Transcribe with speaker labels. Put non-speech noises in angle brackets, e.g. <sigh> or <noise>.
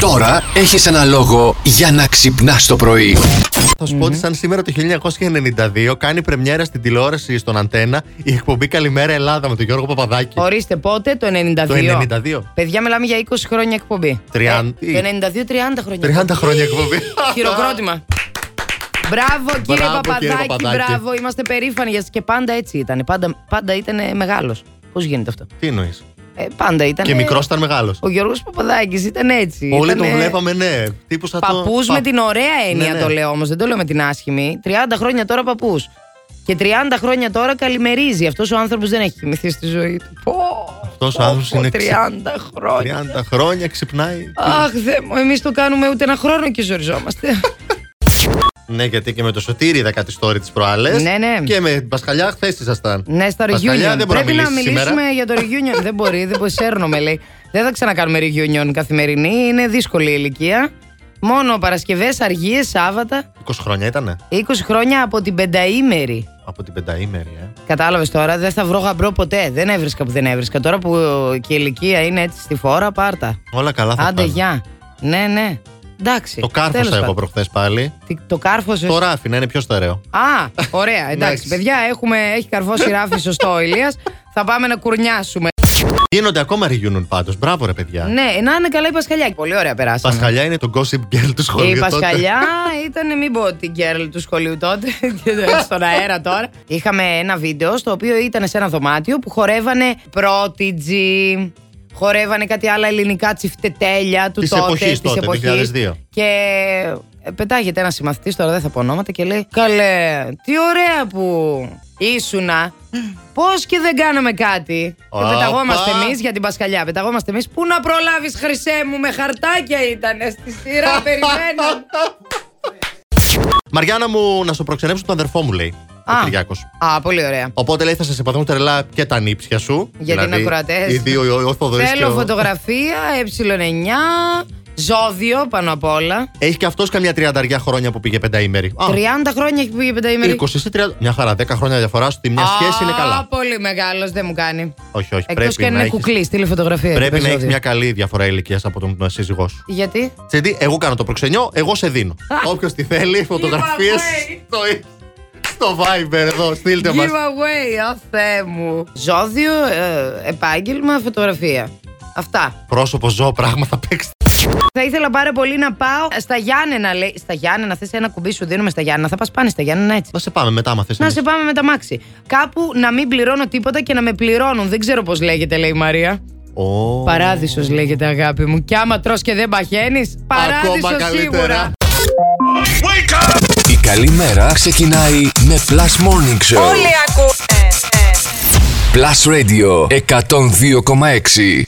Speaker 1: Τώρα έχεις ένα λόγο για να ξυπνάς το πρωί.
Speaker 2: Θα σου πω ότι σαν σήμερα το 1992 κάνει πρεμιέρα στην τηλεόραση στον Αντένα η εκπομπή Καλημέρα Ελλάδα με τον Γιώργο Παπαδάκη.
Speaker 3: Ορίστε πότε, το 92.
Speaker 2: Το 92.
Speaker 3: Παιδιά, μιλάμε για 20 χρόνια εκπομπή.
Speaker 2: Τριάν-
Speaker 3: Ε, το 92, 30 χρόνια.
Speaker 2: 30 χρόνια εκπομπή.
Speaker 3: Χειροκρότημα. Μπράβο κύριε
Speaker 2: Μπράβο,
Speaker 3: Παπαδάκη,
Speaker 2: κύριε Παπαδάκη.
Speaker 3: μπράβο. Είμαστε περήφανοι για σας και πάντα έτσι ήταν. Πάντα, πάντα ήταν μεγάλος. Πώς γίνεται αυτό.
Speaker 2: <laughs> Τι εννοείς.
Speaker 3: Ε, πάντα ήταν.
Speaker 2: Και μικρός ήταν μεγάλος.
Speaker 3: Ο Γιώργος Παπαδάκης ήταν έτσι.
Speaker 2: Όλοι
Speaker 3: Ήτανε
Speaker 2: τον βλέπαμε, ναι. Τύπου σαν το-
Speaker 3: Παππούς
Speaker 2: πα-
Speaker 3: με την ωραία έννοια
Speaker 2: Ναι, ναι.
Speaker 3: το λέω όμως, δεν το λέω με την άσχημη. 30 χρόνια τώρα παππούς. Και 30 χρόνια τώρα καλημερίζει. Αυτός ο άνθρωπος δεν έχει κοιμηθεί στη ζωή του. Πω,
Speaker 2: Αυτός ο
Speaker 3: πω,
Speaker 2: άνθρωπος
Speaker 3: πω,
Speaker 2: είναι
Speaker 3: 30
Speaker 2: ξε-
Speaker 3: χρόνια.
Speaker 2: 30 χρόνια ξυπνάει.
Speaker 3: Αχ, δε μου, εμείς το κάνουμε ούτε ένα χρόνο και ζοριζόμαστε.
Speaker 2: <laughs> Ναι, γιατί και με το σωτήρι είδα κάτι story τη προάλλες.
Speaker 3: Ναι, ναι.
Speaker 2: Και με την Πασχαλιά χθες ήσασταν.
Speaker 3: ναι, στα
Speaker 2: Πασχαλιά,
Speaker 3: reunion.
Speaker 2: δεν μπορεί
Speaker 3: Πρέπει να μιλήσουμε
Speaker 2: σήμερα.
Speaker 3: για το reunion. δεν μπορεί, δεν μπορείς, σέρνομαι λέει. Δεν θα ξανακάνουμε reunion καθημερινή. Είναι δύσκολη η ηλικία. Μόνο Παρασκευές, Αργίες, Σάββατα.
Speaker 2: 20 χρόνια ήτανε.
Speaker 3: 20 χρόνια από την πενταήμερη.
Speaker 2: Από την πενταήμερη, ε.
Speaker 3: Κατάλαβες τώρα, δεν θα βρω γαμπρό ποτέ. Δεν έβρισκα που δεν έβρισκα. Τώρα που ε, και η ηλικία είναι έτσι στη φόρα, πάρτα.
Speaker 2: Όλα καλά θα
Speaker 3: Άντε,
Speaker 2: πάνε.
Speaker 3: γεια. Ναι, ναι. Εντάξει.
Speaker 2: Το
Speaker 3: Τέλος
Speaker 2: κάρφωσα εγώ
Speaker 3: πάντων.
Speaker 2: προχθές πάλι.
Speaker 3: Τι- Το κάρφωσε.
Speaker 2: Το ράφι να είναι πιο στερεό.
Speaker 3: Α,
Speaker 2: <laughs>
Speaker 3: ωραία. Εντάξει,
Speaker 2: Εντάξει.
Speaker 3: παιδιά, έχουμε, έχει καρφώσει ράφι, σωστό
Speaker 2: <laughs>
Speaker 3: ο Ηλίας. Θα πάμε να κουρνιάσουμε.
Speaker 2: Γίνονται ακόμα reunion πάντως. Μπράβο, ρε παιδιά.
Speaker 3: ναι, να είναι καλά η Πασχαλιά. Πολύ ωραία περάσαμε.
Speaker 2: Πασχαλιά είναι το gossip girl του σχολείου.
Speaker 3: Η
Speaker 2: τότε.
Speaker 3: Πασχαλιά ήταν, μην πω την κέρλ του σχολείου τότε, <laughs> και το- στον αέρα τώρα. Είχαμε ένα βίντεο στο οποίο ήταν σε ένα δωμάτιο που χορεύανε πρότιτζι, χορεύανε κάτι άλλα ελληνικά τσιφτετέλια του
Speaker 2: Της
Speaker 3: τότε.
Speaker 2: εποχής
Speaker 3: της
Speaker 2: τότε,
Speaker 3: εποχής.
Speaker 2: 2002.
Speaker 3: Και ε, πετάγεται ένας συμμαθητής, τώρα δεν θα πω ονόματα, και λέει: Καλέ, τι ωραία που ήσουνα. Πώς και δεν κάναμε κάτι. Και
Speaker 2: Όπα.
Speaker 3: πεταγόμαστε εμείς για την Πασχαλιά. Πεταγόμαστε εμείς. Πού να προλάβεις, Χρυσέ μου, με χαρτάκια ήταν. Στη
Speaker 2: <laughs>
Speaker 3: σειρά περιμέναν.
Speaker 2: Μαριάννα μου, να σου προξενέψω τον αδερφό μου, λέει.
Speaker 3: Α.
Speaker 2: Ο Κυριάκος.
Speaker 3: Α, πολύ ωραία.
Speaker 2: Οπότε λέει θα σε συμπαθούν τρελά και τα νύψια σου. Δηλαδή,
Speaker 3: Γιατί είναι ακροατές.
Speaker 2: Οι δύο, ο- ο Θοδωρής και
Speaker 3: Θέλω
Speaker 2: ο-
Speaker 3: φωτογραφία, ε9, ζώδιο πάνω απ' όλα.
Speaker 2: Έχει και αυτός καμιά τριανταριά χρόνια που πήγε πενταήμερη. Α,
Speaker 3: 30 χρόνια έχει που πήγε πενταήμερη.
Speaker 2: 20 ή 30. Μια χαρά, 10 χρόνια διαφορά στη μια σχέση είναι
Speaker 3: Α,
Speaker 2: καλά.
Speaker 3: πολύ μεγάλος, δεν μου κάνει.
Speaker 2: Όχι, όχι.
Speaker 3: Εκτός και
Speaker 2: Πρέπει
Speaker 3: αν
Speaker 2: να
Speaker 3: είναι
Speaker 2: έχεις-
Speaker 3: κουκλής, στείλε φωτογραφία.
Speaker 2: πρέπει
Speaker 3: το
Speaker 2: να έχεις
Speaker 3: ζώδιο.
Speaker 2: μια καλή διαφορά ηλικίας από τον ε, σύζυγός σου.
Speaker 3: Γιατί?
Speaker 2: Τσέντι, εγώ κάνω το προξενιό, εγώ σε δίνω. Όποιος τη θέλει, φωτογραφίε.
Speaker 3: away.
Speaker 2: Στο... στο Viber εδώ, στείλτε μας.
Speaker 3: Giveaway, α Θεέ μου. Ζώδιο, ε, επάγγελμα, φωτογραφία. Αυτά.
Speaker 2: Πρόσωπο ζώο, πράγμα θα παίξει.
Speaker 3: Θα ήθελα πάρα πολύ να πάω στα Γιάννενα, λέει. Στα Γιάννενα, θες ένα κουμπί σου δίνουμε στα Γιάννενα. Θα πας πάνε στα Γιάννενα έτσι.
Speaker 2: Να σε πάμε μετά, άμα θες
Speaker 3: Να
Speaker 2: εμείς.
Speaker 3: σε πάμε με τα μάξι. Κάπου να μην πληρώνω τίποτα και να με πληρώνουν. Δεν ξέρω πώς λέγεται, λέει η Μαρία.
Speaker 2: Ω.
Speaker 3: Παράδεισος λέγεται, αγάπη μου. Και άμα τρως και δεν παχαίνεις,
Speaker 2: Ακόμα
Speaker 3: παράδεισος
Speaker 2: καλύτερα.
Speaker 3: σίγουρα.
Speaker 1: Η καλή μέρα ξεκινάει με Plus Morning Show.
Speaker 4: Όλοι ακούνε.
Speaker 1: Plus Radio 102,6.